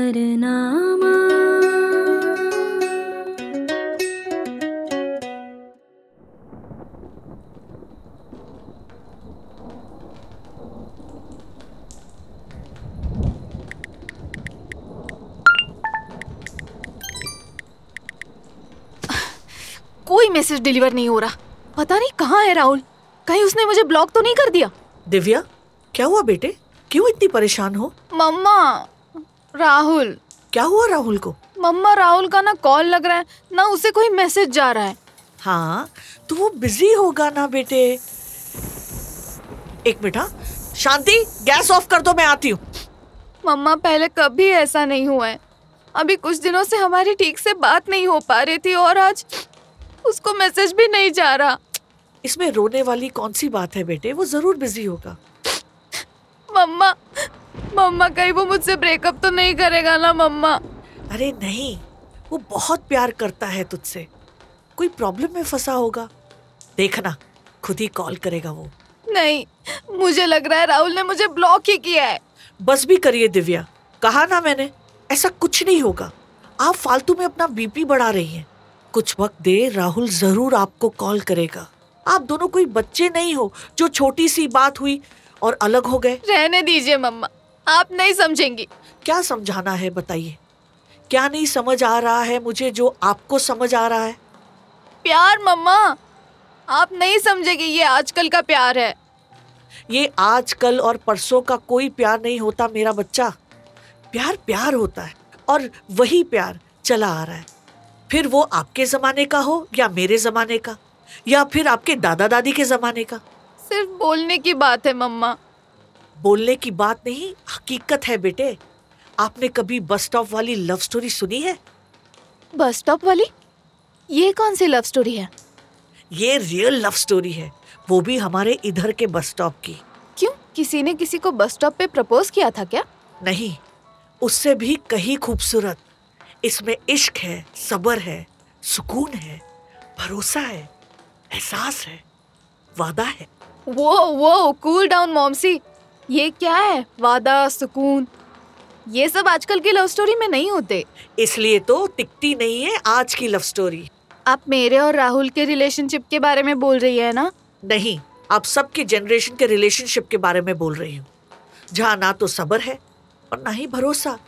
सफरनामा कोई message deliver नहीं हो रहा पता नहीं कहाँ है राहुल कहीं उसने मुझे ब्लॉक तो नहीं कर दिया दिव्या क्या हुआ बेटे क्यों इतनी परेशान हो मम्मा राहुल क्या हुआ राहुल को मम्मा राहुल का ना कॉल लग रहा है ना उसे कोई मैसेज जा रहा है हाँ तो वो बिजी होगा ना बेटे एक मिनट हाँ शांति गैस ऑफ कर दो मैं आती हूँ मम्मा पहले कभी ऐसा नहीं हुआ है अभी कुछ दिनों से हमारी ठीक से बात नहीं हो पा रही थी और आज उसको मैसेज भी नहीं जा रहा इसमें रोने वाली कौन सी बात है बेटे वो जरूर बिजी होगा मम्मा मम्मा कहीं वो मुझसे ब्रेकअप तो नहीं करेगा ना मम्मा अरे नहीं वो बहुत प्यार करता है तुझसे कोई प्रॉब्लम में फंसा होगा देखना खुद ही कॉल करेगा वो नहीं मुझे लग रहा है राहुल ने मुझे ब्लॉक ही किया है बस भी करिए दिव्या कहा ना मैंने ऐसा कुछ नहीं होगा आप फालतू में अपना बीपी बढ़ा रही हैं कुछ वक्त दे राहुल जरूर आपको कॉल करेगा आप दोनों कोई बच्चे नहीं हो जो छोटी सी बात हुई और अलग हो गए रहने दीजिए मम्मा आप नहीं समझेंगी क्या समझाना है बताइए क्या नहीं समझ आ रहा है मुझे जो आपको समझ आ रहा है प्यार मम्मा आप नहीं समझेगी ये आजकल का प्यार है ये आजकल और परसों का कोई प्यार नहीं होता मेरा बच्चा प्यार प्यार होता है और वही प्यार चला आ रहा है फिर वो आपके ज़माने का हो या मेरे ज़माने का या फिर आपके दादा दादी के ज़माने का सिर्फ बोलने की बात है मम्मा बोलने की बात नहीं हकीकत है बेटे आपने कभी बस स्टॉप वाली लव स्टोरी सुनी है बस स्टॉप वाली ये कौन सी लव स्टोरी है ये रियल लव स्टोरी है वो भी हमारे इधर के बस स्टॉप की क्यों किसी ने किसी को बस स्टॉप पे प्रपोज किया था क्या नहीं उससे भी कहीं खूबसूरत इसमें इश्क है सब्र है सुकून है भरोसा है एहसास है वादा है वो वो कूल डाउन मॉमसी ये क्या है वादा सुकून ये सब आजकल की लव स्टोरी में नहीं होते इसलिए तो टिकती नहीं है आज की लव स्टोरी आप मेरे और राहुल के रिलेशनशिप के बारे में बोल रही है ना नहीं आप सबके जनरेशन के रिलेशनशिप के बारे में बोल रही हूँ जहाँ ना तो सब्र है और ना ही भरोसा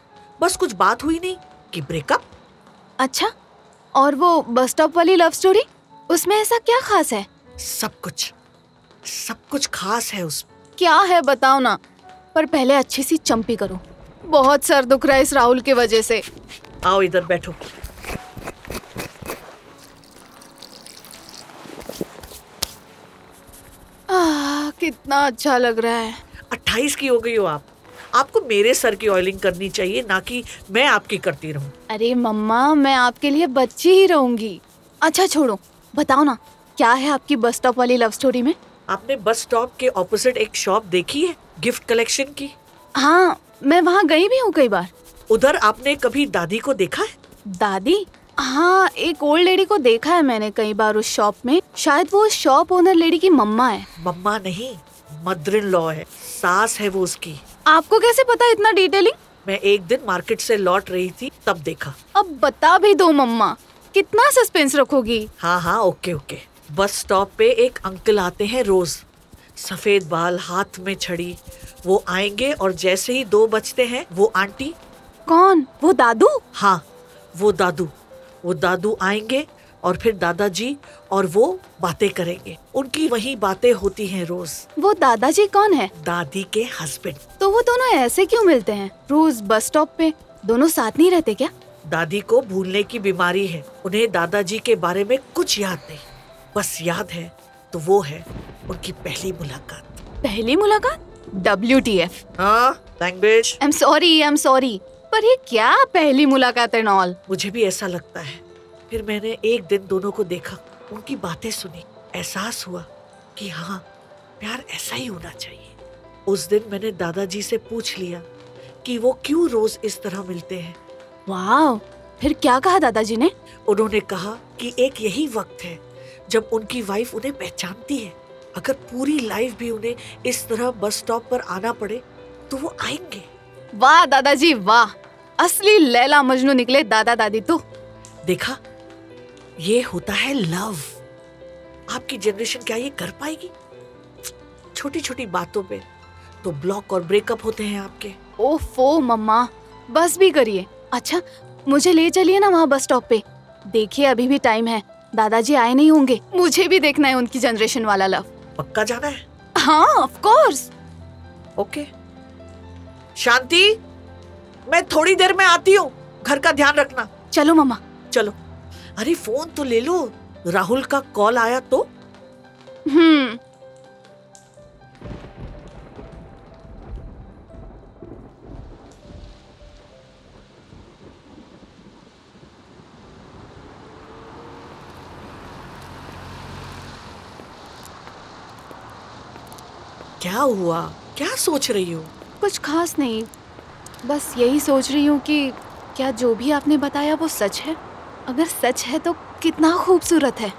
बस कुछ बात हुई नहीं कि ब्रेकअप अच्छा और वो बस स्टॉप वाली लव स्टोरी उसमें ऐसा क्या खास है सब कुछ सब कुछ खास है उसमें क्या है बताओ ना पर पहले अच्छी सी चंपी करो बहुत सर दुख रहा है इस राहुल की वजह से आओ इधर बैठो आह, कितना अच्छा लग रहा है अट्ठाईस की हो गई हो आप आपको मेरे सर की ऑयलिंग करनी चाहिए ना कि मैं आपकी करती रहूं अरे मम्मा मैं आपके लिए बच्ची ही रहूंगी अच्छा छोड़ो बताओ ना क्या है आपकी बस स्टॉप वाली लव स्टोरी में आपने बस स्टॉप के ऑपोजिट एक शॉप देखी है गिफ्ट कलेक्शन की हाँ मैं वहाँ गई भी हूँ कई बार उधर आपने कभी दादी को देखा है दादी हाँ एक ओल्ड लेडी को देखा है मैंने कई बार उस शॉप में शायद वो उस शॉप ओनर लेडी की मम्मा है मम्मा नहीं मदर इन लॉ है सास है वो उसकी आपको कैसे पता इतना डिटेलिंग मैं एक दिन मार्केट से लौट रही थी तब देखा अब बता भी दो मम्मा कितना सस्पेंस रखोगी हाँ हाँ ओके ओके बस स्टॉप पे एक अंकल आते हैं रोज सफेद बाल हाथ में छड़ी वो आएंगे और जैसे ही दो बजते हैं वो आंटी कौन वो दादू हाँ वो दादू वो दादू आएंगे और फिर दादाजी और वो बातें करेंगे उनकी वही बातें होती हैं रोज वो दादाजी कौन है दादी के हस्बैंड तो वो दोनों ऐसे क्यों मिलते हैं रोज बस स्टॉप पे दोनों साथ नहीं रहते क्या दादी को भूलने की बीमारी है उन्हें दादाजी के बारे में कुछ याद नहीं बस याद है तो वो है उनकी पहली मुलाकात पहली मुलाकात डब्ल्यू टी एफ हाँ language I am sorry I am sorry पर ये क्या पहली मुलाकात एंड ऑल मुझे भी ऐसा लगता है फिर मैंने एक दिन दोनों को देखा उनकी बातें सुनी एहसास हुआ कि हाँ प्यार ऐसा ही होना चाहिए उस दिन मैंने दादाजी से पूछ लिया कि वो क्यों रोज इस तरह मिलते हैं वाह फिर क्या कहा दादाजी ने उन्होंने कहा कि एक यही वक्त है जब उनकी वाइफ उन्हें पहचानती है अगर पूरी लाइफ भी उन्हें इस तरह बस स्टॉप पर आना पड़े तो वो आएंगे वाह दादाजी वाह असली लैला मजनू निकले दादा दादी तो देखा ये होता है लव आपकी जनरेशन क्या ये कर पाएगी छोटी छोटी बातों पे तो ब्लॉक और ब्रेकअप होते हैं आपके ओफो मम्मा बस भी करिए अच्छा मुझे ले चलिए ना वहाँ बस स्टॉप पे देखिए अभी भी टाइम है दादाजी आए नहीं होंगे मुझे भी देखना है उनकी जनरेशन वाला लव पक्का जाना है हाँ ऑफ कोर्स ओके शांति मैं थोड़ी देर में आती हूँ घर का ध्यान रखना चलो मम्मा चलो अरे फोन तो ले लो राहुल का कॉल आया तो हम्म क्या हुआ क्या सोच रही हो कुछ खास नहीं बस यही सोच रही हूँ कि क्या जो भी आपने बताया वो सच है अगर सच है तो कितना खूबसूरत है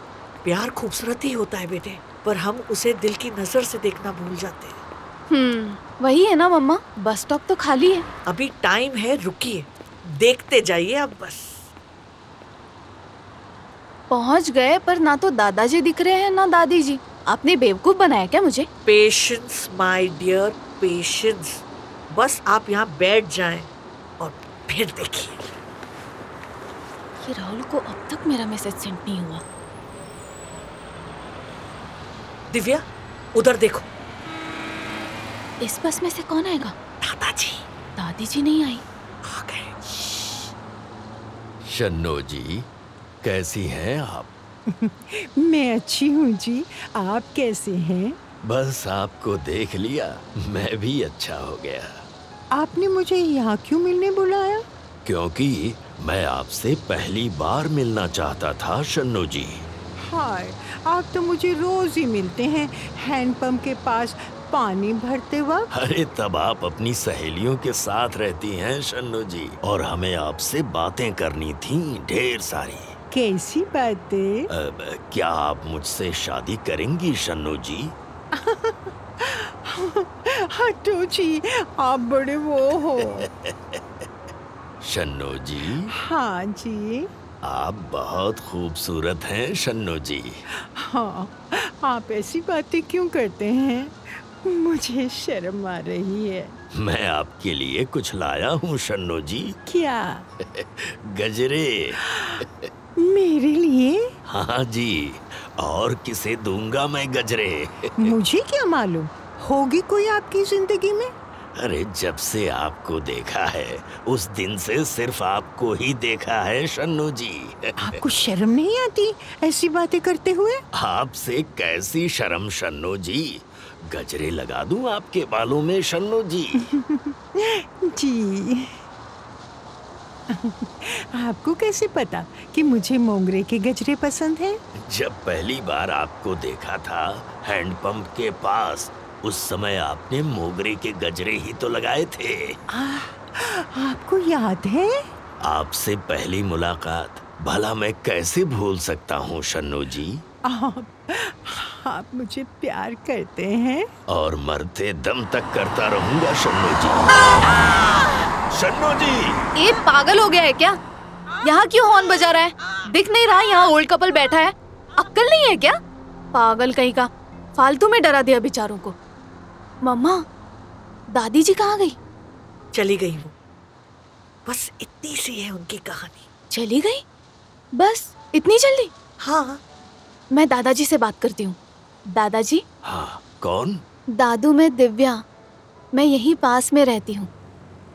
प्यार खूबसूरत ही होता है बेटे पर हम उसे दिल की नजर से देखना भूल जाते हैं हम्म वही है ना मम्मा बस स्टॉप तो खाली है अभी टाइम है रुकिए देखते जाइए अब बस पहुंच गए पर ना तो दादाजी दिख रहे हैं ना दादी जी आपने बेवकूफ बनाया क्या मुझे पेशेंस माय डियर पेशेंस बस आप यहाँ बैठ जाएं और फिर देखिए ये राहुल को अब तक मेरा मैसेज सेंड नहीं हुआ दिव्या उधर देखो इस बस में से कौन आएगा दादाजी दादी जी नहीं आई आ गए शन्नो जी कैसी हैं आप मैं अच्छी हूँ जी आप कैसे हैं बस आपको देख लिया मैं भी अच्छा हो गया आपने मुझे यहाँ क्यों मिलने बुलाया क्योंकि मैं आपसे पहली बार मिलना चाहता था शन्नो जी हाय आप तो मुझे रोज ही मिलते हैं हैंडपम्प के पास पानी भरते वक्त अरे तब आप अपनी सहेलियों के साथ रहती हैं शन्नो जी और हमें आपसे बातें करनी थी ढेर सारी कैसी बातें अब क्या आप मुझसे शादी करेंगी शन्नो जी हटो हाँ तो जी आप बड़े वो हो शन्नो जी हाँ जी आप बहुत खूबसूरत हैं शन्नो जी हाँ आप ऐसी बातें क्यों करते हैं मुझे शर्म आ रही है मैं आपके लिए कुछ लाया हूँ शन्नो जी क्या गजरे मेरे लिए हाँ जी और किसे दूंगा मैं गजरे मुझे क्या मालूम होगी कोई आपकी जिंदगी में अरे जब से आपको देखा है उस दिन से सिर्फ आपको ही देखा है शन्नू जी आपको शर्म नहीं आती ऐसी बातें करते हुए आपसे कैसी शर्म शन्नू जी गजरे लगा दूं आपके बालों में शन्नू जी जी आपको कैसे पता कि मुझे मोंगरे के गजरे पसंद हैं? जब पहली बार आपको देखा था हैंडपंप के पास उस समय आपने मोगरे के गजरे ही तो लगाए थे आ, आपको याद है आपसे पहली मुलाकात भला मैं कैसे भूल सकता हूँ शन्नू जी आप आप मुझे प्यार करते हैं और मरते दम तक करता रहूंगा शन्नू जी शन्नू जी ये पागल हो गया है क्या यहाँ क्यों हॉर्न बजा रहा है दिख नहीं रहा यहाँ ओल्ड कपल बैठा है अक्कल नहीं है क्या पागल कहीं का फालतू में डरा दिया बेचारों को मम्मा दादी जी कहाँ गई चली गई वो बस इतनी सी है उनकी कहानी चली गई बस इतनी जल्दी हाँ मैं दादाजी से बात करती हूँ दादाजी हाँ कौन दादू मैं दिव्या मैं यहीं पास में रहती हूँ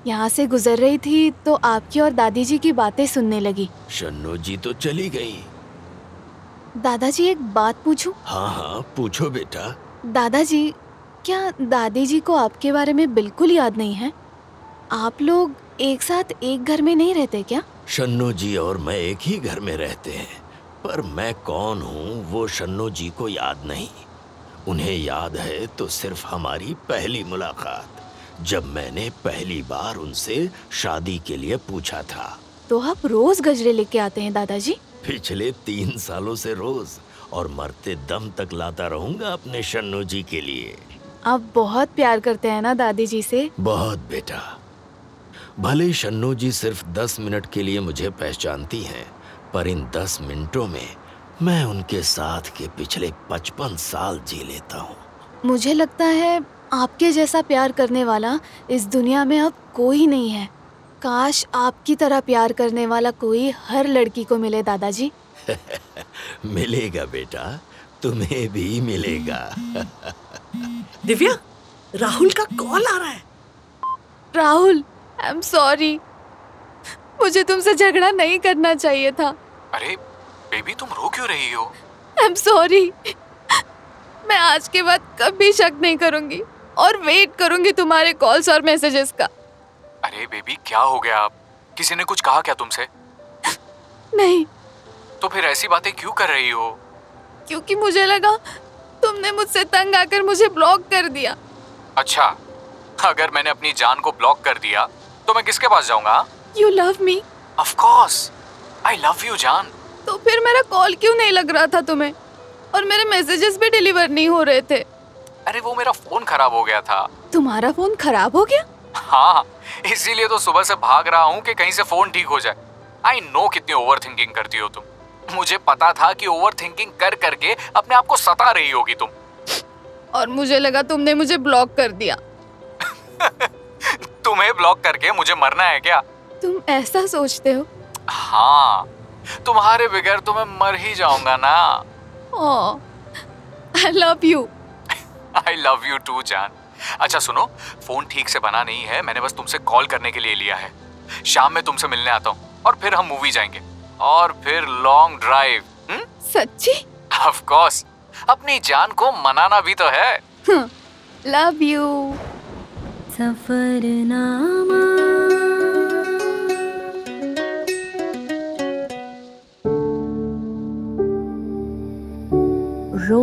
यहाँ से गुजर रही थी तो आपकी और दादी जी की बातें सुनने लगी शन्नू जी तो चली गई दादाजी एक बात पूछूं हाँ हाँ पूछो बेटा दादाजी क्या दादी जी को आपके बारे में बिल्कुल याद नहीं है आप लोग एक साथ एक घर में नहीं रहते क्या शन्नू जी और मैं एक ही घर में रहते हैं पर मैं कौन हूँ वो शन्नू जी को याद नहीं उन्हें याद है तो सिर्फ हमारी पहली मुलाकात जब मैंने पहली बार उनसे शादी के लिए पूछा था तो आप रोज गजरे लेके आते हैं दादाजी पिछले तीन सालों से रोज और मरते दम तक लाता रहूंगा अपने शन्नू जी के लिए आप बहुत प्यार करते हैं ना दादी जी से बहुत बेटा भले शन्नो जी सिर्फ दस मिनट के लिए मुझे पहचानती हैं पर इन दस मिनटों में मैं उनके साथ के पिछले पचपन साल जी लेता हूँ मुझे लगता है आपके जैसा प्यार करने वाला इस दुनिया में अब कोई नहीं है काश आपकी तरह प्यार करने वाला कोई हर लड़की को मिले दादाजी मिलेगा बेटा तुम्हें भी मिलेगा दिव्या राहुल का कॉल आ रहा है राहुल आई एम सॉरी मुझे तुमसे झगड़ा नहीं करना चाहिए था अरे बेबी तुम रो क्यों रही हो आई एम सॉरी मैं आज के बाद कभी शक नहीं करूंगी और वेट करूंगी तुम्हारे कॉल्स और मैसेजेस का अरे बेबी क्या हो गया आप किसी ने कुछ कहा क्या तुमसे नहीं तो फिर ऐसी बातें क्यों कर रही हो क्योंकि मुझे लगा तुमने मुझसे तंग आकर मुझे ब्लॉक कर दिया अच्छा अगर मैंने अपनी जान को ब्लॉक कर दिया तो मैं किसके पास जाऊंगा हाँ? You love me of course I love you जान तो फिर मेरा कॉल क्यों नहीं लग रहा था तुम्हें और मेरे मैसेजेस भी डिलीवर नहीं हो रहे थे अरे वो मेरा फोन खराब हो गया था तुम्हारा फोन खराब हो गया हाँ इसीलिए तो सुबह से भाग रहा हूँ कि कहीं से फोन ठीक हो जाए आई नो कितनी ओवर थिंकिंग करती हो तुम मुझे पता था कि ओवर थिंकिंग कर करके अपने आप को सता रही होगी तुम और मुझे लगा तुमने मुझे ब्लॉक कर दिया तुम्हें ब्लॉक करके मुझे मरना है क्या तुम ऐसा सोचते हो हाँ तुम्हारे बगैर तो मैं मर ही जाऊंगा ना I love you I love you too जान अच्छा सुनो फोन ठीक से बना नहीं है मैंने बस तुमसे कॉल करने के लिए लिया है शाम में तुमसे मिलने आता हूँ और फिर हम मूवी जाएंगे और फिर लॉन्ग ड्राइव सच्ची ऑफ कोर्स अपनी जान को मनाना भी तो है लव यू सफरनामा